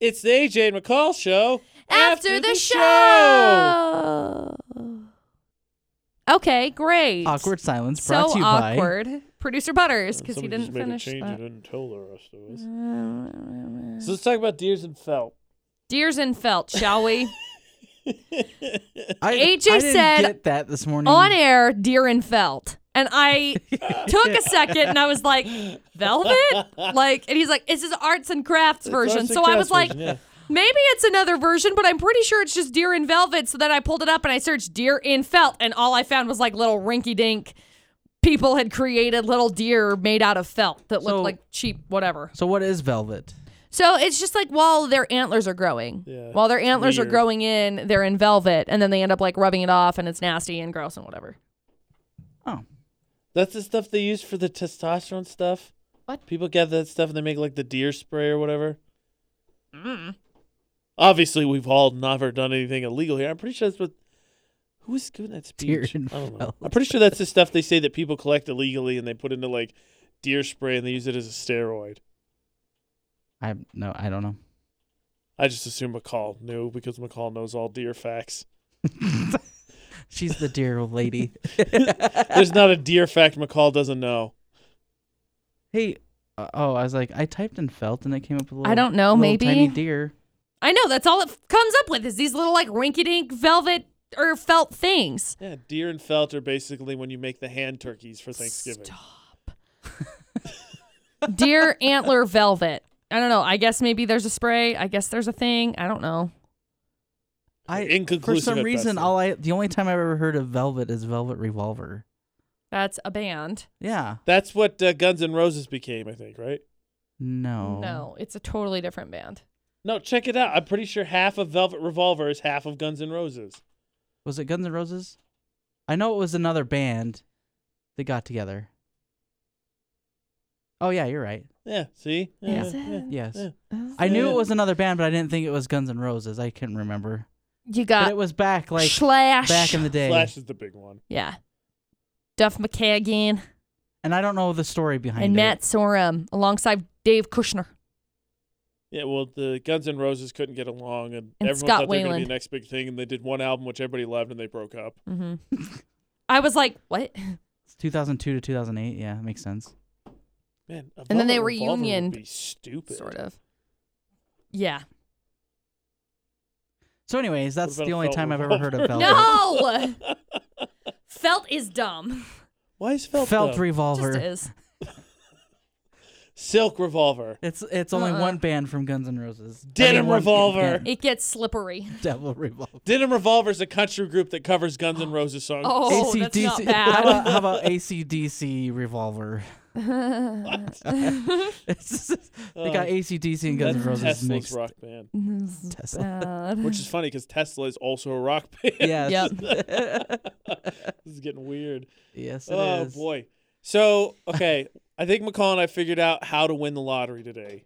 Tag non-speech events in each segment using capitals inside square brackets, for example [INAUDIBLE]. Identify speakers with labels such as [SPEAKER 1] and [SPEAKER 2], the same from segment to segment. [SPEAKER 1] It's the AJ and McCall show.
[SPEAKER 2] After, the, show. Okay, great.
[SPEAKER 3] Awkward silence
[SPEAKER 2] So
[SPEAKER 3] brought to you
[SPEAKER 2] awkward. Producer Butters, because he
[SPEAKER 1] Somebody just
[SPEAKER 2] didn't
[SPEAKER 1] made a
[SPEAKER 2] finish. Mm.
[SPEAKER 1] change
[SPEAKER 2] that.
[SPEAKER 1] and didn't tell the rest of us. So let's talk about deers and felt.
[SPEAKER 2] Deers and felt, shall
[SPEAKER 3] [LAUGHS]
[SPEAKER 2] we? [LAUGHS]
[SPEAKER 3] by I,
[SPEAKER 2] AJ
[SPEAKER 3] I didn't
[SPEAKER 2] said
[SPEAKER 3] get that this morning.
[SPEAKER 2] On air, deer and felt. And
[SPEAKER 3] [LAUGHS]
[SPEAKER 2] I took a second and I was like, Velvet? Like, and he's like, it's his arts and crafts version.
[SPEAKER 1] It's
[SPEAKER 2] so I was
[SPEAKER 1] Arts and
[SPEAKER 2] like,
[SPEAKER 1] Crafts version,
[SPEAKER 2] Maybe it's another version, but I'm pretty sure it's just deer in velvet. So then I pulled it up and I searched deer in felt, and all I found was like little rinky dink people had created little deer made out of felt that looked
[SPEAKER 3] So-
[SPEAKER 2] like cheap whatever.
[SPEAKER 3] So what is velvet?
[SPEAKER 2] So it's just like while their antlers are growing,
[SPEAKER 1] Yeah,
[SPEAKER 2] while their
[SPEAKER 1] it's
[SPEAKER 2] antlers are
[SPEAKER 1] weird.
[SPEAKER 2] growing in, they're in velvet, and then they end up like rubbing it off, and it's nasty and gross and whatever.
[SPEAKER 3] Oh,
[SPEAKER 1] That's the stuff they use for the testosterone stuff.
[SPEAKER 2] What?
[SPEAKER 1] People get that stuff and they make like the deer spray or whatever. Mm.
[SPEAKER 2] Mm.
[SPEAKER 1] Obviously, we've all never done anything illegal here. I'm pretty sure that's what. Who was giving that
[SPEAKER 3] Deer
[SPEAKER 1] speech?
[SPEAKER 3] and
[SPEAKER 1] I don't know.
[SPEAKER 3] felt.
[SPEAKER 1] I'm pretty sure that's the stuff they say that people collect illegally and they put into like deer spray and they use it as a steroid.
[SPEAKER 3] I no, I don't know.
[SPEAKER 1] I just assume McCall knew because McCall knows all deer facts.
[SPEAKER 3] She's the dear old
[SPEAKER 2] [LAUGHS]
[SPEAKER 3] lady.
[SPEAKER 1] There's not a deer fact McCall doesn't know.
[SPEAKER 3] hey, uh, oh, I was like, I typed in felt and it came up with. a Little,
[SPEAKER 2] I don't know,
[SPEAKER 3] little
[SPEAKER 2] maybe.
[SPEAKER 3] tiny deer.
[SPEAKER 2] I know that's all it f- comes up with is these little like rinky dink velvet or felt things.
[SPEAKER 1] Yeah, deer and felt are basically when you make the hand turkeys for Thanksgiving.
[SPEAKER 2] [LAUGHS] deer antler velvet. I don't know. I guess maybe there's a spray. I guess there's a thing. I don't know.
[SPEAKER 3] I
[SPEAKER 1] Inconclusive
[SPEAKER 3] For
[SPEAKER 1] at
[SPEAKER 3] some reason,
[SPEAKER 1] best.
[SPEAKER 3] all I the only time I've ever heard of velvet is Velvet Revolver.
[SPEAKER 2] That's a band.
[SPEAKER 3] Yeah.
[SPEAKER 1] That's what uh, Guns N' Roses became, I think, right?
[SPEAKER 3] No.
[SPEAKER 2] No, it's a totally different band.
[SPEAKER 1] No, check it out. I'm pretty sure half of Velvet Revolver is half of Guns N' Roses.
[SPEAKER 3] Was it Guns N' Roses? I know it was another band that got together. Oh yeah, you're right.
[SPEAKER 1] Yeah, see?
[SPEAKER 2] Yeah.
[SPEAKER 1] Yeah, yeah,
[SPEAKER 3] Yes.
[SPEAKER 1] yeah.
[SPEAKER 3] I knew it was another band, but I didn't think it was Guns N' Roses. I couldn't remember.
[SPEAKER 2] You
[SPEAKER 3] But
[SPEAKER 2] got
[SPEAKER 3] it was back like
[SPEAKER 2] Uh, Slash.
[SPEAKER 3] back in the day.
[SPEAKER 1] Flash is the big one.
[SPEAKER 2] yeah. Duff McKagan
[SPEAKER 3] And I don't know the story behind
[SPEAKER 2] and
[SPEAKER 3] it.
[SPEAKER 2] Matt Sorum alongside Dave Kushner.
[SPEAKER 1] Yeah, well, the Guns N' Roses couldn't get along, and,
[SPEAKER 2] And
[SPEAKER 1] everyone
[SPEAKER 2] Scott
[SPEAKER 1] thought they were going to be
[SPEAKER 2] Weiland.
[SPEAKER 1] the next big thing, and they did one album which everybody loved, and they broke up.
[SPEAKER 2] Mm-hmm. I was like, what?
[SPEAKER 3] It's 2002 to 2008. Yeah, makes sense.
[SPEAKER 1] Man, a
[SPEAKER 2] And then they
[SPEAKER 1] Velvet Revolver would
[SPEAKER 2] reunioned,
[SPEAKER 1] be stupid.
[SPEAKER 2] [LAUGHS] Sort of. Yeah.
[SPEAKER 3] So, anyways, that's
[SPEAKER 1] about
[SPEAKER 3] the only
[SPEAKER 1] Velvet
[SPEAKER 3] time I've ever heard of
[SPEAKER 1] Revolver?
[SPEAKER 3] Velvet.
[SPEAKER 2] [LAUGHS] No! Felt is dumb.
[SPEAKER 1] Why is Felt
[SPEAKER 3] Felt
[SPEAKER 1] though?
[SPEAKER 3] Revolver.
[SPEAKER 2] Just is.
[SPEAKER 1] Silk Revolver.
[SPEAKER 3] It's it's only
[SPEAKER 2] Uh-uh.
[SPEAKER 3] one band from Guns N' Roses. I
[SPEAKER 1] Denim
[SPEAKER 3] mean, one
[SPEAKER 1] Revolver.
[SPEAKER 3] band.
[SPEAKER 2] It gets [LAUGHS] slippery.
[SPEAKER 3] Devil Revolver.
[SPEAKER 1] Denim Revolver's a country group that covers Guns N' Roses songs.
[SPEAKER 2] Oh, that's not
[SPEAKER 3] AC/DC How
[SPEAKER 2] bad.
[SPEAKER 3] about, how about ACDC Revolver? [LAUGHS]
[SPEAKER 1] [LAUGHS]
[SPEAKER 3] It's just- they got ACDC and Guns N'
[SPEAKER 1] Uh, That's
[SPEAKER 3] Roses
[SPEAKER 1] Tesla's
[SPEAKER 3] mixed.
[SPEAKER 1] rock band.
[SPEAKER 3] Tesla.
[SPEAKER 2] Bad.
[SPEAKER 1] Which is funny because Tesla is also a rock [LAUGHS] band.
[SPEAKER 3] Yes.
[SPEAKER 1] this is getting weird.
[SPEAKER 3] [LAUGHS] yes, it is.
[SPEAKER 1] Oh boy. So okay, I think McCall and I figured out how to win the lottery today.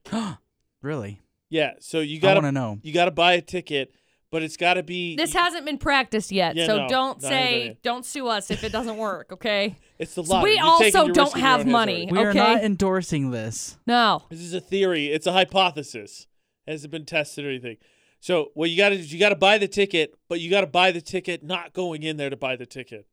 [SPEAKER 3] Really?
[SPEAKER 1] Yeah. So you
[SPEAKER 3] I
[SPEAKER 1] gotta
[SPEAKER 3] want to know.
[SPEAKER 1] you gotta buy a ticket, but it's gotta be
[SPEAKER 2] This hasn't been practiced yet,
[SPEAKER 1] Yeah,
[SPEAKER 2] so
[SPEAKER 1] no,
[SPEAKER 2] don't
[SPEAKER 1] no, I haven't done
[SPEAKER 2] say
[SPEAKER 1] it.
[SPEAKER 2] don't sue us if it doesn't work, okay?
[SPEAKER 1] it's the
[SPEAKER 2] So
[SPEAKER 1] lottery.
[SPEAKER 2] we
[SPEAKER 1] You're taking
[SPEAKER 2] also
[SPEAKER 1] your
[SPEAKER 2] don't
[SPEAKER 1] risk in your own
[SPEAKER 2] have
[SPEAKER 1] hands
[SPEAKER 2] money.
[SPEAKER 1] already.
[SPEAKER 3] We are
[SPEAKER 2] Okay.
[SPEAKER 3] not endorsing this.
[SPEAKER 1] [LAUGHS]
[SPEAKER 2] No.
[SPEAKER 1] This is a theory. It's a hypothesis. It hasn't been tested or anything. So what you gotta do is you gotta buy the ticket, but you gotta buy the ticket not going in there to buy the ticket.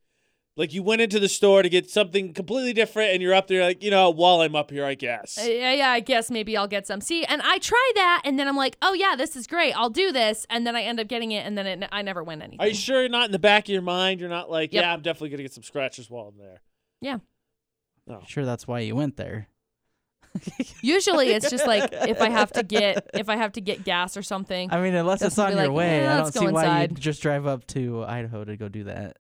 [SPEAKER 1] Like you went into the store to get something completely different, and you're up there like, you know, while I'm up here, I guess.
[SPEAKER 2] Uh, Yeah, yeah, I guess maybe I'll get some. See, and I try that, and then I'm like, oh yeah, this is great. I'll do this, and then I end up getting it, and then it, I never win anything.
[SPEAKER 1] Are you sure you're not in the back of your mind? You're not like,
[SPEAKER 2] Yep.
[SPEAKER 1] yeah, I'm definitely gonna get some scratchers while I'm there.
[SPEAKER 2] Yeah.
[SPEAKER 1] No.
[SPEAKER 3] Sure, that's why you went there.
[SPEAKER 2] [LAUGHS] Usually, it's just like if I have to get if I have to get gas or something.
[SPEAKER 3] I mean, unless
[SPEAKER 2] Guess
[SPEAKER 3] it's
[SPEAKER 2] we'll
[SPEAKER 3] on
[SPEAKER 2] be
[SPEAKER 3] your
[SPEAKER 2] like,
[SPEAKER 3] way,
[SPEAKER 2] "Eh,
[SPEAKER 3] I don't
[SPEAKER 2] let's
[SPEAKER 3] see
[SPEAKER 2] go
[SPEAKER 3] why you
[SPEAKER 2] inside."
[SPEAKER 3] just drive up to Idaho to go do that.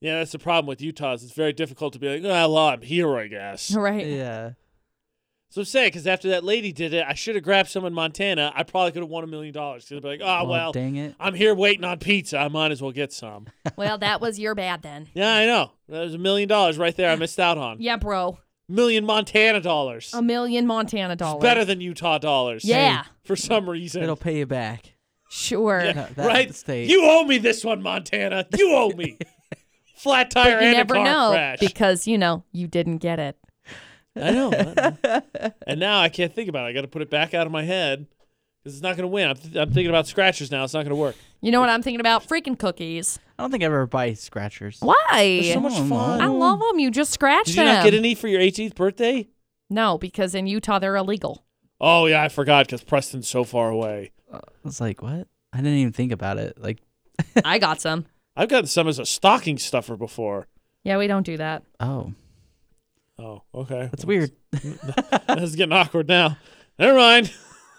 [SPEAKER 1] Yeah, that's the problem with Utah. Is it's very difficult to be like, "Ah, well, I'm here, I guess.
[SPEAKER 2] right.
[SPEAKER 3] Yeah.
[SPEAKER 1] So I'm saying, because after that lady did it, I should have grabbed some in Montana. I probably could have won a million dollars. She'd be like, oh, well,
[SPEAKER 3] dang it.
[SPEAKER 1] I'm here waiting on pizza. I might as well get some.
[SPEAKER 2] Well, that was your bad then.
[SPEAKER 1] yeah, I know. That was a million dollars right there I missed out on.
[SPEAKER 2] Yeah, bro.
[SPEAKER 1] Million Montana dollars.
[SPEAKER 2] A million Montana dollars.
[SPEAKER 1] Better than Utah dollars.
[SPEAKER 2] Yeah.
[SPEAKER 1] For some reason.
[SPEAKER 3] It'll pay you back.
[SPEAKER 2] Sure.
[SPEAKER 1] Yeah,
[SPEAKER 3] that- that
[SPEAKER 1] right?
[SPEAKER 3] state.
[SPEAKER 1] You owe me this one, Montana. You owe
[SPEAKER 3] [LAUGHS]
[SPEAKER 1] me. Flat tire
[SPEAKER 2] you
[SPEAKER 1] and
[SPEAKER 2] never
[SPEAKER 1] a car
[SPEAKER 2] know
[SPEAKER 1] crash.
[SPEAKER 2] because you know you didn't get it. [LAUGHS]
[SPEAKER 1] I know. I know. and now I can't think about it. I got to put it back out of my head This is not going to win. I'm, th- I'm thinking about scratchers now. It's not going to work.
[SPEAKER 2] You know what I'm thinking about? Freaking cookies.
[SPEAKER 3] I don't think I ever buy scratchers.
[SPEAKER 2] Why?
[SPEAKER 1] There's so much
[SPEAKER 3] I don't know.
[SPEAKER 1] fun.
[SPEAKER 2] I love them. You just scratch
[SPEAKER 1] Did you
[SPEAKER 2] them.
[SPEAKER 1] not get any for your 18th birthday?
[SPEAKER 2] no, because in Utah they're illegal.
[SPEAKER 1] Oh yeah, I forgot because Preston's so far away.
[SPEAKER 3] I was like, what? I didn't even think about it. Like,
[SPEAKER 2] I got some.
[SPEAKER 1] I've gotten some as a stocking stuffer before.
[SPEAKER 2] Yeah, we don't do that.
[SPEAKER 3] oh,
[SPEAKER 1] Oh, okay.
[SPEAKER 3] that's weird.
[SPEAKER 1] [LAUGHS] this is getting awkward now. Never mind.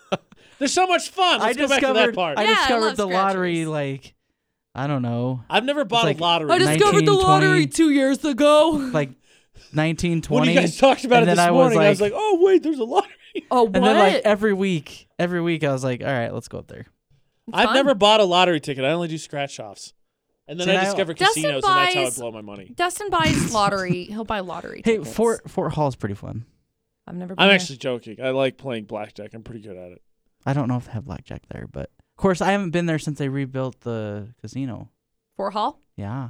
[SPEAKER 1] [LAUGHS] There's so much fun.
[SPEAKER 3] I
[SPEAKER 1] Let's go back to that
[SPEAKER 3] discovered.
[SPEAKER 1] part.
[SPEAKER 3] I
[SPEAKER 2] Yeah, I
[SPEAKER 3] discovered
[SPEAKER 2] love
[SPEAKER 3] the lottery.
[SPEAKER 2] scratchers.
[SPEAKER 3] Like, I don't know,
[SPEAKER 1] I've never bought
[SPEAKER 3] like- oh,
[SPEAKER 1] a lottery.
[SPEAKER 2] I discovered the
[SPEAKER 3] 19,
[SPEAKER 2] lottery
[SPEAKER 3] 20.
[SPEAKER 2] two years ago.
[SPEAKER 1] [LAUGHS]
[SPEAKER 3] like nineteen
[SPEAKER 1] when
[SPEAKER 3] twenty.
[SPEAKER 1] you guys talked about it
[SPEAKER 3] and
[SPEAKER 1] this
[SPEAKER 3] then I was
[SPEAKER 1] morning, I was
[SPEAKER 3] like-
[SPEAKER 1] like, "Oh wait, there's a
[SPEAKER 3] [LAUGHS]
[SPEAKER 1] lottery."
[SPEAKER 2] Oh, what?
[SPEAKER 3] and then like
[SPEAKER 1] eh.
[SPEAKER 3] every week, every week I was like, all right, let's go up there.
[SPEAKER 1] I've
[SPEAKER 2] fun.
[SPEAKER 1] never bought a lottery ticket. I only do scratch offs, and then
[SPEAKER 3] See,
[SPEAKER 1] I
[SPEAKER 3] now-
[SPEAKER 1] discover
[SPEAKER 2] Dustin
[SPEAKER 1] casinos, and that's how I
[SPEAKER 2] buys-
[SPEAKER 1] blow my money.
[SPEAKER 2] Dustin buys lottery. He'll buy lottery.
[SPEAKER 3] Hey,
[SPEAKER 2] tickets.
[SPEAKER 3] Fort Fort Hall's pretty fun.
[SPEAKER 2] I've never. Been
[SPEAKER 1] I'm
[SPEAKER 2] there.
[SPEAKER 1] actually joking. I like playing blackjack. I'm pretty good at it.
[SPEAKER 3] I don't know if they have blackjack there, but of course I haven't been there since they rebuilt the casino.
[SPEAKER 2] Fort Hall,
[SPEAKER 3] Yeah,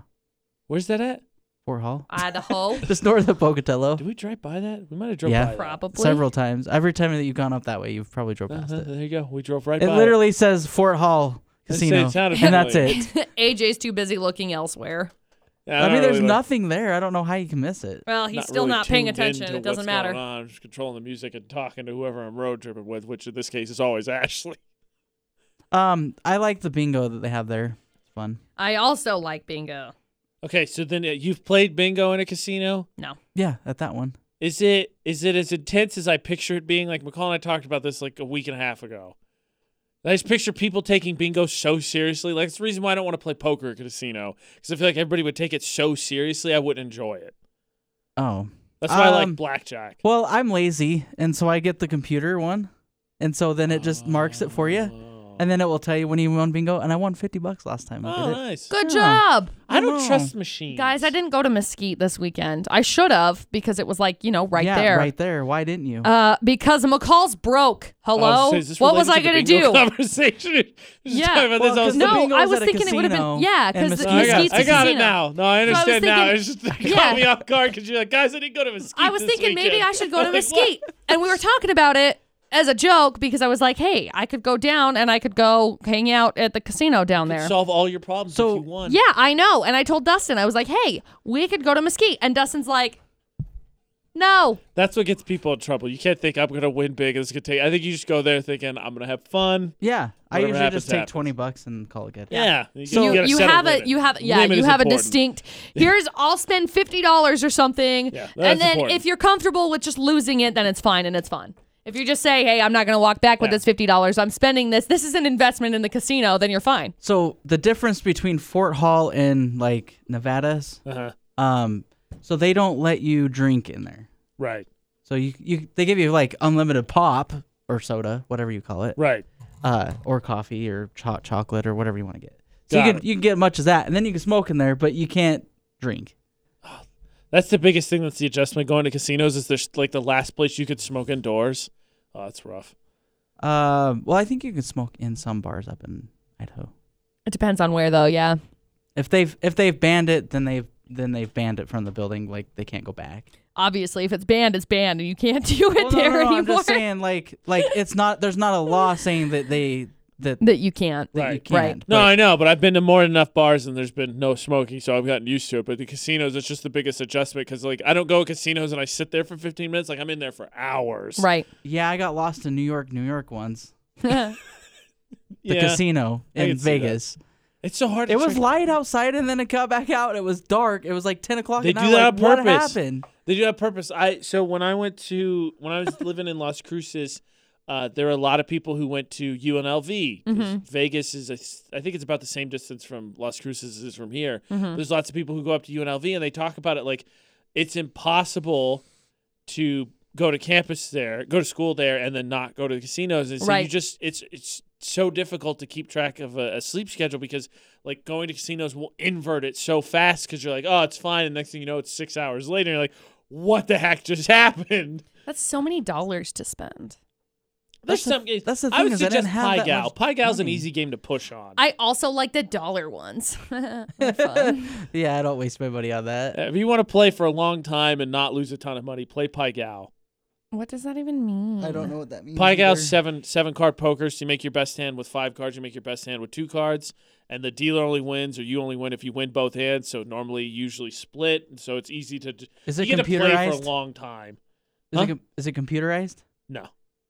[SPEAKER 1] Where's that at?
[SPEAKER 3] Fort Hall,
[SPEAKER 1] [LAUGHS]
[SPEAKER 2] Uh,
[SPEAKER 3] [LAUGHS]
[SPEAKER 2] Idaho,
[SPEAKER 3] just north of Pocatello.
[SPEAKER 1] Did we drive by that? We might have drove
[SPEAKER 3] Yeah.
[SPEAKER 1] by. that.
[SPEAKER 2] probably.
[SPEAKER 3] Several times. Every time that you've gone up that way, you've probably drove past
[SPEAKER 1] Uh-huh,
[SPEAKER 3] it.
[SPEAKER 1] there you go. We drove right
[SPEAKER 3] It
[SPEAKER 1] by.
[SPEAKER 3] literally says Fort Hall
[SPEAKER 1] They say
[SPEAKER 3] Casino,
[SPEAKER 1] it sounded
[SPEAKER 3] and that's
[SPEAKER 1] familiar.
[SPEAKER 3] it.
[SPEAKER 2] [LAUGHS] AJ's too busy looking elsewhere.
[SPEAKER 1] Yeah,
[SPEAKER 3] I, mean,
[SPEAKER 1] don't
[SPEAKER 3] there's
[SPEAKER 1] really like-
[SPEAKER 3] nothing there. I don't know how you can miss it.
[SPEAKER 2] Well, he's still
[SPEAKER 1] really
[SPEAKER 2] not paying
[SPEAKER 1] tuned
[SPEAKER 2] attention.
[SPEAKER 1] into
[SPEAKER 2] It doesn't
[SPEAKER 1] what's
[SPEAKER 2] matter.
[SPEAKER 1] going on. I'm just controlling the music and talking to whoever I'm road tripping with, which in this case is always [LAUGHS] Ashley.
[SPEAKER 3] Um, I like the bingo that they have there. It's fun.
[SPEAKER 2] I also like bingo.
[SPEAKER 1] Okay, so then uh, you've played bingo in a casino.
[SPEAKER 3] Yeah, at that one.
[SPEAKER 1] Is it is it as intense as I picture it being? Like McCall and I talked about this like a week and a half ago. I just picture people taking bingo so seriously. Like it's the reason why I don't want to play poker at a casino because I feel like everybody would take it so seriously. I wouldn't enjoy it.
[SPEAKER 3] Oh,
[SPEAKER 1] That's why I
[SPEAKER 3] Um,
[SPEAKER 1] like blackjack.
[SPEAKER 3] well, I'm lazy, and so I get the computer one, and so then it just marks it for you,
[SPEAKER 1] Oh,
[SPEAKER 3] and then it will tell you when you won bingo. And I won fifty bucks last time. I
[SPEAKER 1] Oh,
[SPEAKER 3] did it.
[SPEAKER 1] nice.
[SPEAKER 2] Good
[SPEAKER 3] Yeah.
[SPEAKER 2] job,
[SPEAKER 1] I don't
[SPEAKER 3] Wow.
[SPEAKER 1] trust machines,
[SPEAKER 2] guys. I didn't go to Mesquite this weekend. I should have because it was like you know right
[SPEAKER 3] yeah,
[SPEAKER 2] there.
[SPEAKER 3] right there. Why didn't you?
[SPEAKER 2] Uh, because McCall's broke. Hello,
[SPEAKER 1] I was gonna say, Oh, is this
[SPEAKER 2] what was I
[SPEAKER 1] related
[SPEAKER 2] gonna
[SPEAKER 1] to the
[SPEAKER 2] do?
[SPEAKER 1] bingo [LAUGHS] Conversation. Just
[SPEAKER 2] Yeah.
[SPEAKER 1] talking about this,
[SPEAKER 3] Well,
[SPEAKER 1] I was
[SPEAKER 3] 'cause the
[SPEAKER 2] No,
[SPEAKER 3] bingo
[SPEAKER 2] I
[SPEAKER 3] was
[SPEAKER 2] was
[SPEAKER 3] at a
[SPEAKER 2] thinking it would've been-
[SPEAKER 3] casino
[SPEAKER 2] yeah,
[SPEAKER 3] in
[SPEAKER 2] 'cause the
[SPEAKER 1] Oh, I
[SPEAKER 3] Mesquite.
[SPEAKER 1] got,
[SPEAKER 2] Mesquite's
[SPEAKER 1] I got it
[SPEAKER 2] casino.
[SPEAKER 1] now. No, I
[SPEAKER 2] So I was
[SPEAKER 1] understand now.
[SPEAKER 2] thinking-
[SPEAKER 1] It's just [LAUGHS] it
[SPEAKER 2] Yeah.
[SPEAKER 1] caught me off guard because you're like, guys, I didn't go to Mesquite.
[SPEAKER 2] I was
[SPEAKER 1] this
[SPEAKER 2] thinking maybe
[SPEAKER 1] weekend."
[SPEAKER 2] I
[SPEAKER 1] [LAUGHS]
[SPEAKER 2] should go to
[SPEAKER 1] Like, what?
[SPEAKER 2] Mesquite. and we were talking about it as a joke because I was like, hey, I could go down and I could go hang out at the casino down there.
[SPEAKER 1] Solve all your problems
[SPEAKER 3] So-
[SPEAKER 1] if you want.
[SPEAKER 2] yeah, I know. And I told Dustin, I was like, hey, we could go to Mesquite. And Dustin's like, no.
[SPEAKER 1] That's what gets people in trouble. You can't think I'm gonna win big. This could take. I think you just go there thinking I'm gonna have fun.
[SPEAKER 3] yeah, I
[SPEAKER 1] Whatever
[SPEAKER 3] usually
[SPEAKER 1] happens,
[SPEAKER 3] just take
[SPEAKER 1] happens.
[SPEAKER 3] twenty bucks and call it good.
[SPEAKER 1] Yeah. You,
[SPEAKER 2] you,
[SPEAKER 1] gotta
[SPEAKER 2] you
[SPEAKER 1] set a
[SPEAKER 2] have a
[SPEAKER 1] limit.
[SPEAKER 2] you have yeah
[SPEAKER 1] Limit
[SPEAKER 2] you
[SPEAKER 1] is
[SPEAKER 2] have
[SPEAKER 1] important. [LAUGHS]
[SPEAKER 2] a distinct here's I'll spend fifty dollars or something
[SPEAKER 1] Yeah,
[SPEAKER 2] and
[SPEAKER 1] that's
[SPEAKER 2] then
[SPEAKER 1] important.
[SPEAKER 2] if you're comfortable with just losing it then it's fine and it's fun if you just say hey I'm not gonna walk back with
[SPEAKER 1] Yeah.
[SPEAKER 2] this fifty dollars I'm spending this this is an investment in the casino then you're fine
[SPEAKER 3] So the difference between Fort Hall and like Nevada's,
[SPEAKER 1] Uh-huh.
[SPEAKER 3] um, so they don't let you drink in there.
[SPEAKER 1] Right.
[SPEAKER 3] So you, you they give you like unlimited pop or soda, whatever you call it,
[SPEAKER 1] Right.
[SPEAKER 3] uh, or coffee or hot chocolate or whatever you want to get. So
[SPEAKER 1] Got
[SPEAKER 3] you can
[SPEAKER 1] it.
[SPEAKER 3] you can get much as that, and then you can smoke in there, but you can't drink.
[SPEAKER 1] That's the biggest thing. That's the adjustment going to casinos is there's like the last place you could smoke indoors. Oh, that's rough.
[SPEAKER 3] Um, well, I think you can smoke in some bars up in Idaho.
[SPEAKER 2] it depends on where though yeah
[SPEAKER 3] If they've if they've banned it, then they've then they've banned it from the building. Like they can't go back.
[SPEAKER 2] obviously if it's banned it's banned and you can't [LAUGHS] do it
[SPEAKER 3] Well, no,
[SPEAKER 2] there
[SPEAKER 3] no, no, I'm
[SPEAKER 2] anymore
[SPEAKER 3] just saying, like like it's not there's not a law saying that they that, that
[SPEAKER 2] [LAUGHS] that you can't
[SPEAKER 3] you
[SPEAKER 1] Right.
[SPEAKER 3] can't.
[SPEAKER 2] Right.
[SPEAKER 1] No,
[SPEAKER 3] but-
[SPEAKER 1] I know, but I've been to more than enough bars and there's been no smoking, so I've gotten used to it. But the casinos, it's just the biggest adjustment because like I don't go to casinos and I sit there for 15 minutes. Like I'm in there for hours. [LAUGHS]
[SPEAKER 2] right [LAUGHS]
[SPEAKER 3] yeah, I got lost in New York, New York once. The
[SPEAKER 1] Yeah.
[SPEAKER 3] casino
[SPEAKER 1] I
[SPEAKER 3] in
[SPEAKER 1] can see that.
[SPEAKER 3] Vegas.
[SPEAKER 1] It's so hard. To
[SPEAKER 3] It was
[SPEAKER 1] track-
[SPEAKER 3] light outside, and then it got back out. It was dark. It was like ten o'clock.
[SPEAKER 1] They
[SPEAKER 3] and
[SPEAKER 1] do
[SPEAKER 3] I'm
[SPEAKER 1] that
[SPEAKER 3] like,
[SPEAKER 1] on
[SPEAKER 3] what
[SPEAKER 1] purpose.
[SPEAKER 3] happened?
[SPEAKER 1] They do have purpose. I so when I went to when I was living in Las Cruces, uh, there were a lot of people who went to UNLV. 'cause Vegas is, a s- I think it's about the same distance from Las Cruces as it is from here. There's lots of people who go up to UNLV and they talk about it like it's impossible to go to campus there, go to school there, and then not go to the casinos. And so you
[SPEAKER 2] Right.
[SPEAKER 1] just it's it's so difficult to keep track of a, a sleep schedule because like going to casinos will invert it so fast because you're like, oh, it's fine, and next thing you know, it's six hours later. And you're like, what the heck just [LAUGHS] happened?
[SPEAKER 2] that's so many dollars to spend
[SPEAKER 1] There's
[SPEAKER 3] That's the-
[SPEAKER 1] some games.
[SPEAKER 3] that's the
[SPEAKER 1] I
[SPEAKER 3] thing
[SPEAKER 1] would
[SPEAKER 3] is I didn't
[SPEAKER 1] suggest
[SPEAKER 3] have
[SPEAKER 1] Pie
[SPEAKER 3] that
[SPEAKER 1] Gal.
[SPEAKER 3] much
[SPEAKER 1] Pie Gal's an
[SPEAKER 3] money.
[SPEAKER 1] easy game to push on.
[SPEAKER 2] I also like the dollar ones [LAUGHS] They're
[SPEAKER 1] [LAUGHS]
[SPEAKER 2] fun.
[SPEAKER 3] Yeah, I don't
[SPEAKER 1] Eh.
[SPEAKER 3] waste my money on that.
[SPEAKER 1] if you want to play for a long time and not lose a ton of money, play Pie Gal.
[SPEAKER 2] What does that even mean?
[SPEAKER 4] I don't know what that means.
[SPEAKER 1] Pie
[SPEAKER 4] either.
[SPEAKER 1] Gal's seven seven card pokers. you make your best hand with five cards. You make your best hand with two cards, and the dealer only wins, or you only win if you win both hands. So normally, usually split. And so it's easy to.
[SPEAKER 3] Is it
[SPEAKER 1] you get to play for
[SPEAKER 3] computerized?
[SPEAKER 1] a long time.
[SPEAKER 3] Is,
[SPEAKER 1] Huh?
[SPEAKER 3] it, com- is it computerized?
[SPEAKER 1] No,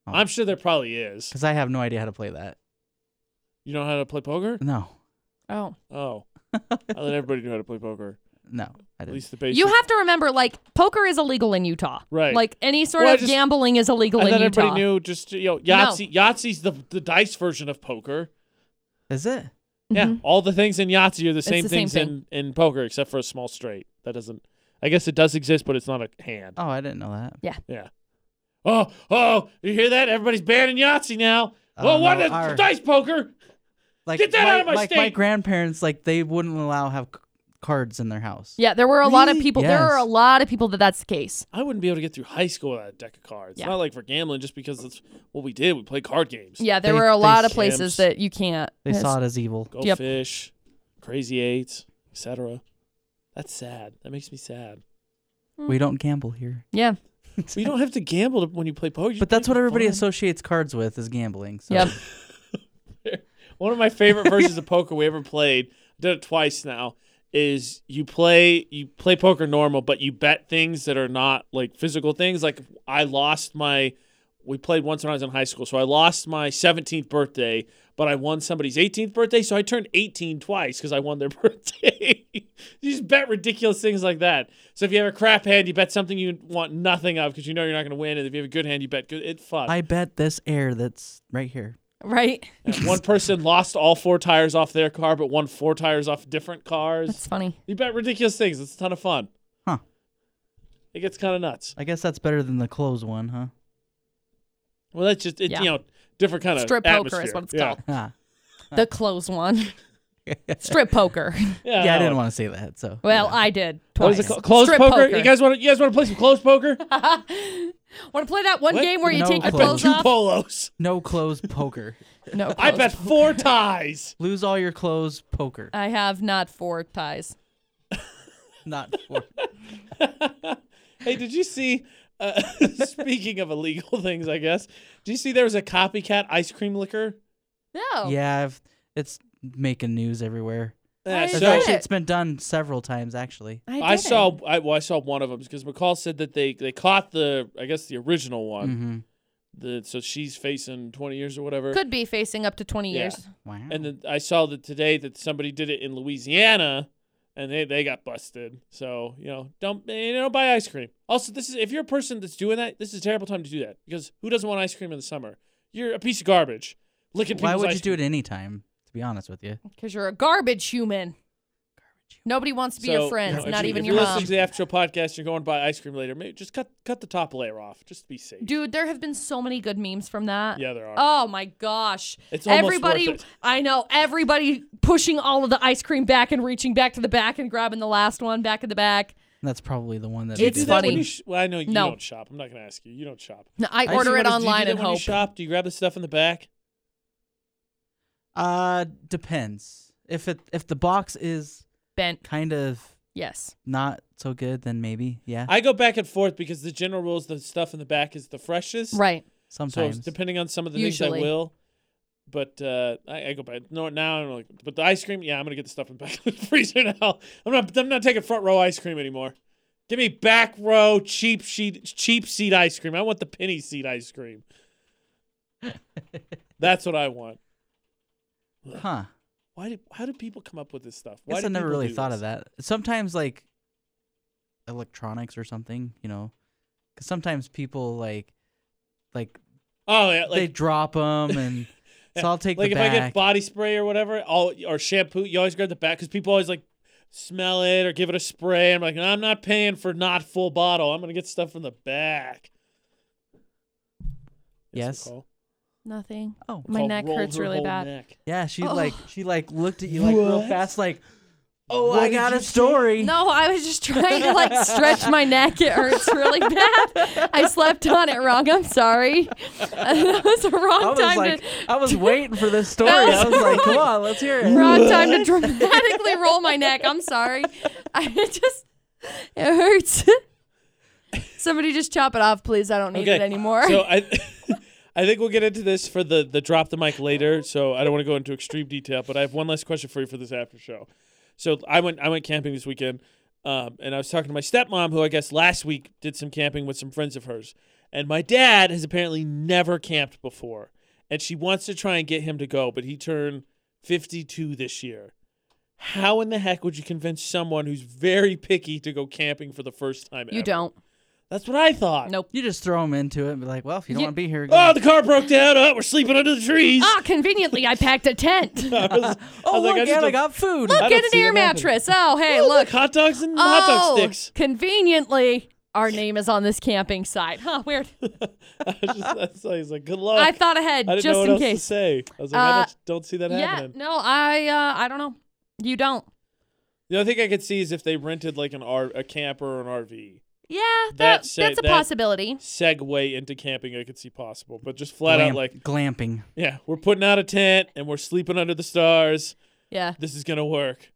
[SPEAKER 3] Oh.
[SPEAKER 1] I'm sure there probably is.
[SPEAKER 3] Because I have no idea how to play that.
[SPEAKER 1] You know how to play poker?
[SPEAKER 3] No,
[SPEAKER 2] Oh.
[SPEAKER 3] [LAUGHS]
[SPEAKER 1] Oh, I thought everybody knew how to play poker.
[SPEAKER 3] no, I
[SPEAKER 1] At
[SPEAKER 3] didn't.
[SPEAKER 1] least the basic.
[SPEAKER 2] You have to remember, like, poker is illegal in Utah.
[SPEAKER 1] Right.
[SPEAKER 2] Like, any sort
[SPEAKER 1] Well, I
[SPEAKER 2] of
[SPEAKER 1] just-
[SPEAKER 2] gambling is illegal
[SPEAKER 1] I
[SPEAKER 2] in
[SPEAKER 1] thought
[SPEAKER 2] Utah.
[SPEAKER 1] everybody knew. Just you know, Yahtzee. Yahtzee's the the dice version of poker.
[SPEAKER 3] Is it?
[SPEAKER 1] Yeah, all the things in Yahtzee are the same
[SPEAKER 2] Mm-hmm. the same
[SPEAKER 1] things in in poker, except for a small straight. That doesn't. I guess it does exist, but it's not a hand.
[SPEAKER 3] Oh, I didn't know that.
[SPEAKER 1] Yeah. Oh, oh! You hear that? Everybody's banning Yahtzee now.
[SPEAKER 3] I
[SPEAKER 1] well,
[SPEAKER 3] don't
[SPEAKER 1] what
[SPEAKER 3] know,
[SPEAKER 1] is
[SPEAKER 3] our-
[SPEAKER 1] dice poker?
[SPEAKER 3] Like,
[SPEAKER 1] Get that
[SPEAKER 3] my,
[SPEAKER 1] out of my
[SPEAKER 3] like my
[SPEAKER 1] state!
[SPEAKER 3] grandparents, like they wouldn't allow have c- cards in their house.
[SPEAKER 2] Yeah, there were a lot of
[SPEAKER 3] Really?
[SPEAKER 2] people. There are a
[SPEAKER 3] Yes.
[SPEAKER 2] lot of people that that's the case.
[SPEAKER 1] I wouldn't be able to get through high school without a deck of cards.
[SPEAKER 2] Yeah.
[SPEAKER 1] Not like for gambling, just because that's what we did. We played card games.
[SPEAKER 2] Yeah, there
[SPEAKER 3] They-
[SPEAKER 2] were a
[SPEAKER 3] they
[SPEAKER 2] lot of
[SPEAKER 1] scams.
[SPEAKER 2] places that you can't.
[SPEAKER 3] They saw it as evil.
[SPEAKER 1] Go
[SPEAKER 2] Yep.
[SPEAKER 1] fish, crazy eights, etc. That's sad. That makes me sad.
[SPEAKER 4] Hmm.
[SPEAKER 3] We don't gamble here.
[SPEAKER 2] Yeah.
[SPEAKER 1] you don't have to gamble to- when you play poker. you
[SPEAKER 3] But
[SPEAKER 1] play
[SPEAKER 3] that's what
[SPEAKER 1] for
[SPEAKER 3] everybody
[SPEAKER 1] fun.
[SPEAKER 3] associates cards with is gambling. So.
[SPEAKER 2] Yep.
[SPEAKER 1] One of my favorite
[SPEAKER 3] [LAUGHS]
[SPEAKER 1] versions of poker we ever played, I did it twice now, is you play you play poker normal, but you bet things that are not like physical things. Like I lost my we played once when I was in high school, so I lost my 17th birthday, but I won somebody's 18th birthday, so I turned 18 twice because I won their [LAUGHS] birthday. you just bet ridiculous things like that. So if you have a crap hand, you bet something you want nothing of because you know you're not going to win, and if you have a good hand, you bet good. It fucks.
[SPEAKER 3] I bet this air that's right here.
[SPEAKER 2] [LAUGHS] Right.
[SPEAKER 1] And one person lost all four tires off their car, but won four tires off different
[SPEAKER 2] That's
[SPEAKER 1] cars.
[SPEAKER 2] funny.
[SPEAKER 1] [LAUGHS] You bet ridiculous things. It's a ton of fun.
[SPEAKER 3] Huh.
[SPEAKER 1] It gets kind of nuts.
[SPEAKER 3] I guess that's better than the clothes one, huh?
[SPEAKER 1] Well, that's just it,
[SPEAKER 2] Yeah.
[SPEAKER 1] you know different kind of
[SPEAKER 2] Strip poker
[SPEAKER 1] atmosphere.
[SPEAKER 2] is what it's
[SPEAKER 1] yeah.
[SPEAKER 2] called.
[SPEAKER 3] Ah.
[SPEAKER 2] The close
[SPEAKER 3] [LAUGHS]
[SPEAKER 2] one. Strip poker.
[SPEAKER 1] Yeah,
[SPEAKER 2] [LAUGHS]
[SPEAKER 3] yeah, I
[SPEAKER 1] that
[SPEAKER 3] didn't
[SPEAKER 1] one.
[SPEAKER 3] want to say that. So
[SPEAKER 2] Well, I did twice.
[SPEAKER 1] What is it called? Closed
[SPEAKER 2] Strip
[SPEAKER 1] poker? You guys want to? You guys want to play some closed
[SPEAKER 2] [LAUGHS]
[SPEAKER 1] poker?
[SPEAKER 2] want to play that one
[SPEAKER 1] What?
[SPEAKER 2] game where you
[SPEAKER 3] No
[SPEAKER 2] take your
[SPEAKER 1] I bet
[SPEAKER 2] clothes
[SPEAKER 3] clothes.
[SPEAKER 1] two
[SPEAKER 2] off?
[SPEAKER 1] polos.
[SPEAKER 3] no clothes
[SPEAKER 2] [LAUGHS]
[SPEAKER 3] poker.
[SPEAKER 2] no.
[SPEAKER 1] I
[SPEAKER 2] clothes.
[SPEAKER 1] bet
[SPEAKER 2] [LAUGHS]
[SPEAKER 1] four ties. [LAUGHS]
[SPEAKER 3] Lose all your clothes poker.
[SPEAKER 2] I have not four ties.
[SPEAKER 3] Not
[SPEAKER 2] [LAUGHS]
[SPEAKER 3] for
[SPEAKER 1] Hey, did you see? Uh, [LAUGHS] speaking of illegal [LAUGHS] things, I guess. Did you see there was a copycat ice cream liquor?
[SPEAKER 2] No.
[SPEAKER 3] Yeah, I've, it's making news everywhere.
[SPEAKER 1] Yeah,
[SPEAKER 2] Is
[SPEAKER 3] It's
[SPEAKER 2] So-
[SPEAKER 3] actually
[SPEAKER 2] it?
[SPEAKER 3] it's been done several times actually.
[SPEAKER 2] I,
[SPEAKER 1] I
[SPEAKER 2] didn't.
[SPEAKER 1] saw I, well, I saw one of them because McCall said that they they caught the I guess the original one.
[SPEAKER 3] hmm
[SPEAKER 1] The so she's facing 20 years or whatever.
[SPEAKER 2] Could be facing up to 20
[SPEAKER 1] Yeah.
[SPEAKER 2] years.
[SPEAKER 3] Wow.
[SPEAKER 1] And then I saw that today that somebody did it in Louisiana and they, they got busted. So, you know, don't eh, you know, buy ice cream. Also, this is if you're a person that's doing that, this is a terrible time to do that because who doesn't want ice cream in the summer? You're a piece of garbage. Look at
[SPEAKER 3] Why would you do it any time? To be honest with you.
[SPEAKER 2] Because you're a garbage human. Nobody wants to be your friend,
[SPEAKER 1] friends,
[SPEAKER 2] not
[SPEAKER 1] you,
[SPEAKER 2] even
[SPEAKER 1] if
[SPEAKER 2] your
[SPEAKER 1] you
[SPEAKER 2] mom.
[SPEAKER 1] listen to the after show podcast, you're going to buy ice cream later. Maybe just cut cut the top layer off just to be safe.
[SPEAKER 2] Dude, there have been so many good memes from that.
[SPEAKER 1] yeah, there are.
[SPEAKER 2] Oh my gosh.
[SPEAKER 1] It's almost
[SPEAKER 2] everybody
[SPEAKER 1] worth it.
[SPEAKER 2] I know, everybody pushing all of the ice cream back and reaching back to the back and grabbing the last one back in the back.
[SPEAKER 3] And that's probably the one that
[SPEAKER 1] Do you
[SPEAKER 2] It's
[SPEAKER 1] do
[SPEAKER 3] did.
[SPEAKER 1] that when
[SPEAKER 2] funny.
[SPEAKER 1] you sh- well, I know you
[SPEAKER 2] No.
[SPEAKER 1] don't shop. I'm not going to ask you. You don't shop.
[SPEAKER 2] No, I
[SPEAKER 3] I
[SPEAKER 2] order
[SPEAKER 3] see
[SPEAKER 2] it
[SPEAKER 3] what is-
[SPEAKER 1] do you
[SPEAKER 2] online
[SPEAKER 1] do that
[SPEAKER 2] and
[SPEAKER 1] when you
[SPEAKER 2] hope.
[SPEAKER 1] shop? Do you grab the stuff in the back?
[SPEAKER 3] Uh, depends. If it if the box is
[SPEAKER 2] Bent.
[SPEAKER 3] kind of
[SPEAKER 2] Yes.
[SPEAKER 3] not so good, then maybe yeah.
[SPEAKER 1] I go back and forth because the general rule is the stuff in the back is the freshest.
[SPEAKER 2] Right.
[SPEAKER 1] So it's
[SPEAKER 3] Sometimes.
[SPEAKER 1] depending on some of the
[SPEAKER 2] Usually.
[SPEAKER 1] things, I will. But uh, I, I go back. No, now I'm like, but the ice cream. Yeah, I'm gonna get the stuff in the back of the [LAUGHS] freezer now. I'm not. I'm not taking front row ice cream anymore. Give me back row cheap sheet cheap seat ice cream. I want the penny seat ice
[SPEAKER 2] [LAUGHS]
[SPEAKER 1] cream. That's what I want.
[SPEAKER 3] huh.
[SPEAKER 1] Why did how do people come up with this stuff? Why
[SPEAKER 3] Guess I
[SPEAKER 1] do
[SPEAKER 3] never
[SPEAKER 1] people
[SPEAKER 3] really
[SPEAKER 1] do
[SPEAKER 3] thought
[SPEAKER 1] this?
[SPEAKER 3] of that. Sometimes like electronics or something, you know, because sometimes people like like,
[SPEAKER 1] Oh yeah,
[SPEAKER 3] they
[SPEAKER 1] like
[SPEAKER 3] drop them
[SPEAKER 1] [LAUGHS]
[SPEAKER 3] and so I'll take
[SPEAKER 1] like
[SPEAKER 3] the
[SPEAKER 1] if
[SPEAKER 3] back.
[SPEAKER 1] I get body spray or whatever, all or shampoo, you always grab the back because people always like smell it or give it a spray. I'm like, "No, I'm not paying for not full bottle. I'm gonna get stuff from the back.
[SPEAKER 3] Yes.
[SPEAKER 1] Nicole.
[SPEAKER 2] Nothing.
[SPEAKER 3] oh
[SPEAKER 2] My
[SPEAKER 1] Nicole
[SPEAKER 2] neck
[SPEAKER 1] rolled
[SPEAKER 2] hurts
[SPEAKER 1] her
[SPEAKER 2] really
[SPEAKER 1] whole
[SPEAKER 2] bad.
[SPEAKER 1] neck.
[SPEAKER 3] yeah, she
[SPEAKER 2] Oh.
[SPEAKER 3] like she like looked at you like real
[SPEAKER 1] What?
[SPEAKER 3] fast like, oh
[SPEAKER 1] What
[SPEAKER 3] I
[SPEAKER 1] did
[SPEAKER 3] got
[SPEAKER 1] you
[SPEAKER 3] a
[SPEAKER 1] say?
[SPEAKER 3] story.
[SPEAKER 2] No, I was just trying to like stretch my neck. It hurts really bad. I slept on it wrong. I'm sorry. [LAUGHS] that was the wrong
[SPEAKER 3] I was
[SPEAKER 2] time
[SPEAKER 3] like,
[SPEAKER 2] to
[SPEAKER 3] I was waiting for
[SPEAKER 2] [LAUGHS]
[SPEAKER 3] this story.
[SPEAKER 2] was
[SPEAKER 3] I was like, come on, let's hear it.
[SPEAKER 2] wrong time to dramatically [LAUGHS] roll my neck. I'm sorry. I just it hurts. [LAUGHS] Somebody just chop it off, please. I don't need it anymore. [LAUGHS]
[SPEAKER 1] So I, [LAUGHS] I think we'll get into this for the the drop the mic later. So I don't want to go into extreme detail, but I have one last question for you for this after show. So I went I went camping this weekend, um, and I was talking to my stepmom, who I guess last week did some camping with some friends of hers, and my dad has apparently never camped before, and she wants to try and get him to go, but he turned fifty two this year. How in the heck would you convince someone who's very picky to go camping for the first time
[SPEAKER 2] you
[SPEAKER 1] ever?
[SPEAKER 2] don't.
[SPEAKER 1] That's what I thought.
[SPEAKER 2] Nope.
[SPEAKER 3] You just throw them into it and be like, well, if you don't
[SPEAKER 2] You-
[SPEAKER 3] want to be here, go.
[SPEAKER 1] Oh, the car broke down. Oh, we're sleeping under the trees.
[SPEAKER 2] Ah, conveniently, I packed a tent.
[SPEAKER 1] [LAUGHS] I
[SPEAKER 2] [LAUGHS]
[SPEAKER 1] was, I
[SPEAKER 3] oh
[SPEAKER 1] was like,
[SPEAKER 3] look,
[SPEAKER 1] I,
[SPEAKER 3] I,
[SPEAKER 1] just don't-
[SPEAKER 3] I got food.
[SPEAKER 1] I
[SPEAKER 2] Look,
[SPEAKER 1] don't
[SPEAKER 2] get an
[SPEAKER 1] see
[SPEAKER 2] air
[SPEAKER 1] that happening.
[SPEAKER 2] mattress. Oh, hey,
[SPEAKER 1] Oh,
[SPEAKER 2] look. Oh,
[SPEAKER 1] hot dogs and hot dog sticks. [LAUGHS]
[SPEAKER 2] Conveniently, our name is on this camping site. Huh, weird.
[SPEAKER 1] [LAUGHS] I was just, that's like, he's like, good luck.
[SPEAKER 2] I thought ahead
[SPEAKER 1] I didn't know
[SPEAKER 2] just
[SPEAKER 1] what
[SPEAKER 2] in
[SPEAKER 1] else to
[SPEAKER 2] case.
[SPEAKER 1] say. I was like, I
[SPEAKER 2] Uh,
[SPEAKER 1] don't, don't see that
[SPEAKER 2] Yeah,
[SPEAKER 1] happening.
[SPEAKER 2] no, I uh, I don't know. You don't.
[SPEAKER 1] The only thing I could see is if they rented like an R, a camper or an RV.
[SPEAKER 2] Yeah, that,
[SPEAKER 1] That say-
[SPEAKER 2] that's a
[SPEAKER 1] that-
[SPEAKER 2] possibility.
[SPEAKER 1] Segue into camping, I could see possible, but just flat out
[SPEAKER 3] Glamp-
[SPEAKER 1] like,
[SPEAKER 3] glamping.
[SPEAKER 1] yeah, we're putting out a tent and we're sleeping under the stars.
[SPEAKER 2] Yeah.
[SPEAKER 1] This is gonna work.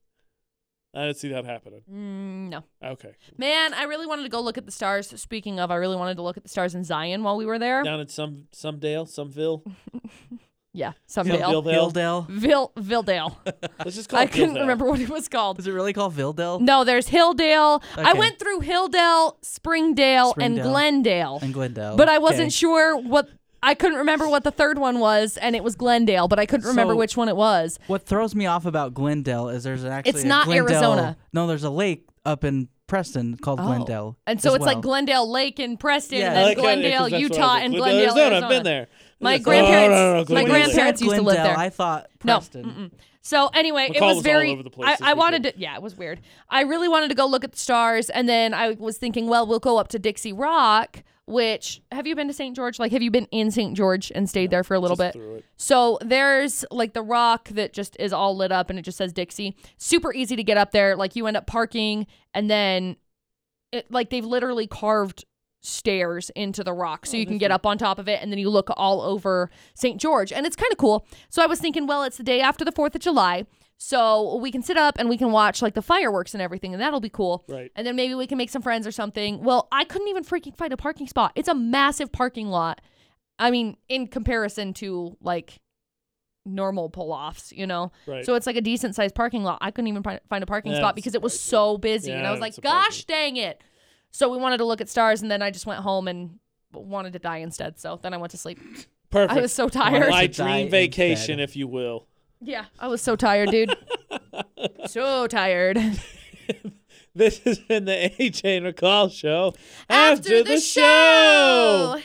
[SPEAKER 1] I didn't see that happening.
[SPEAKER 2] Mm, no.
[SPEAKER 1] Okay,
[SPEAKER 2] Man, I really wanted to go look at the stars. Speaking of, I really wanted to look at the stars in Zion while we were there.
[SPEAKER 1] down in some some Dale,
[SPEAKER 2] [LAUGHS]
[SPEAKER 1] Someville,
[SPEAKER 2] Yeah,
[SPEAKER 1] Hill-
[SPEAKER 2] Someville.
[SPEAKER 1] Villdale.
[SPEAKER 3] Hildale.
[SPEAKER 2] Vil- Villdale.
[SPEAKER 1] Let's just call
[SPEAKER 2] I
[SPEAKER 1] it
[SPEAKER 2] couldn't
[SPEAKER 1] Hillsdale.
[SPEAKER 2] remember what it was called.
[SPEAKER 3] Is it really called Vildale?
[SPEAKER 2] No, there's Hilldale. I
[SPEAKER 3] Okay.
[SPEAKER 2] went through Hilldale, Springdale, and
[SPEAKER 3] Springdale.
[SPEAKER 2] Glendale.
[SPEAKER 3] And Glendale.
[SPEAKER 2] but I wasn't
[SPEAKER 3] Okay.
[SPEAKER 2] sure what I couldn't remember what the third one was, and it was Glendale, but I couldn't remember
[SPEAKER 3] So-
[SPEAKER 2] which one it was.
[SPEAKER 3] What throws me off about Glendale is there's actually
[SPEAKER 2] It's
[SPEAKER 3] a
[SPEAKER 2] not
[SPEAKER 3] Glendale-
[SPEAKER 2] Arizona.
[SPEAKER 3] No, there's a lake up in Preston called
[SPEAKER 2] Oh.
[SPEAKER 3] Glendale.
[SPEAKER 2] And so
[SPEAKER 3] as
[SPEAKER 2] it's like
[SPEAKER 3] well.
[SPEAKER 2] Glendale Lake in Preston,
[SPEAKER 3] Yeah.
[SPEAKER 1] I
[SPEAKER 2] and then
[SPEAKER 1] like how- 'cause
[SPEAKER 2] Glendale,
[SPEAKER 1] that's what I was
[SPEAKER 2] Utah,
[SPEAKER 1] like,
[SPEAKER 2] and
[SPEAKER 1] Glendale,
[SPEAKER 2] Glendale,
[SPEAKER 1] Arizona.
[SPEAKER 2] Arizona.
[SPEAKER 1] I've been there.
[SPEAKER 2] My
[SPEAKER 1] Yes. No, no, no,
[SPEAKER 2] grandparents- my
[SPEAKER 1] Glendale.
[SPEAKER 3] When you said
[SPEAKER 2] grandparents used to live
[SPEAKER 3] Glendale,
[SPEAKER 2] there.
[SPEAKER 3] I thought
[SPEAKER 2] No,
[SPEAKER 3] Preston.
[SPEAKER 2] So
[SPEAKER 1] McCall
[SPEAKER 2] anyway, it
[SPEAKER 1] was all
[SPEAKER 2] was very.
[SPEAKER 1] over the place this
[SPEAKER 2] I, I wanted to. Yeah, it was weird. I really wanted to go look at the stars, and then I was thinking, well, we'll go up to Dixie Rock. Which have you been to St. George? Like, have you been in St. George and stayed there for a little
[SPEAKER 1] Just
[SPEAKER 2] bit?
[SPEAKER 1] threw it.
[SPEAKER 2] So there's like the rock that just is all lit up and it just says Dixie. Super easy to get up there. Like you end up parking and then it like they've literally carved stairs into the rock so you can get up on top of it and then you look all over St. George and it's kind of cool. So I was thinking, well, it's the day after the 4th of July. So we can sit up and we can watch like the fireworks and everything and that'll be cool.
[SPEAKER 1] Right.
[SPEAKER 2] And then maybe we can make some friends or something. Well, I couldn't even freaking find a parking spot. It's a massive parking lot. I mean, in comparison to like normal pull offs, you know?
[SPEAKER 1] Right.
[SPEAKER 2] So it's like a decent sized parking lot. I couldn't even fi- find a parking
[SPEAKER 1] Yeah,
[SPEAKER 2] spot
[SPEAKER 1] that's
[SPEAKER 2] because it was
[SPEAKER 1] surprising.
[SPEAKER 2] so busy.
[SPEAKER 1] Yeah,
[SPEAKER 2] and I was
[SPEAKER 1] that's
[SPEAKER 2] like, gosh dang it. So we wanted to look at stars and then I just went home and wanted to die instead. So then I went to sleep.
[SPEAKER 1] Perfect.
[SPEAKER 2] I was so tired.
[SPEAKER 1] my
[SPEAKER 3] to die
[SPEAKER 1] dream vacation,
[SPEAKER 3] instead.
[SPEAKER 1] if you will.
[SPEAKER 2] [LAUGHS]
[SPEAKER 1] [LAUGHS]
[SPEAKER 2] Yeah, I was so tired, dude. so tired.
[SPEAKER 1] This has been the AJ and McCall show.
[SPEAKER 2] After the show.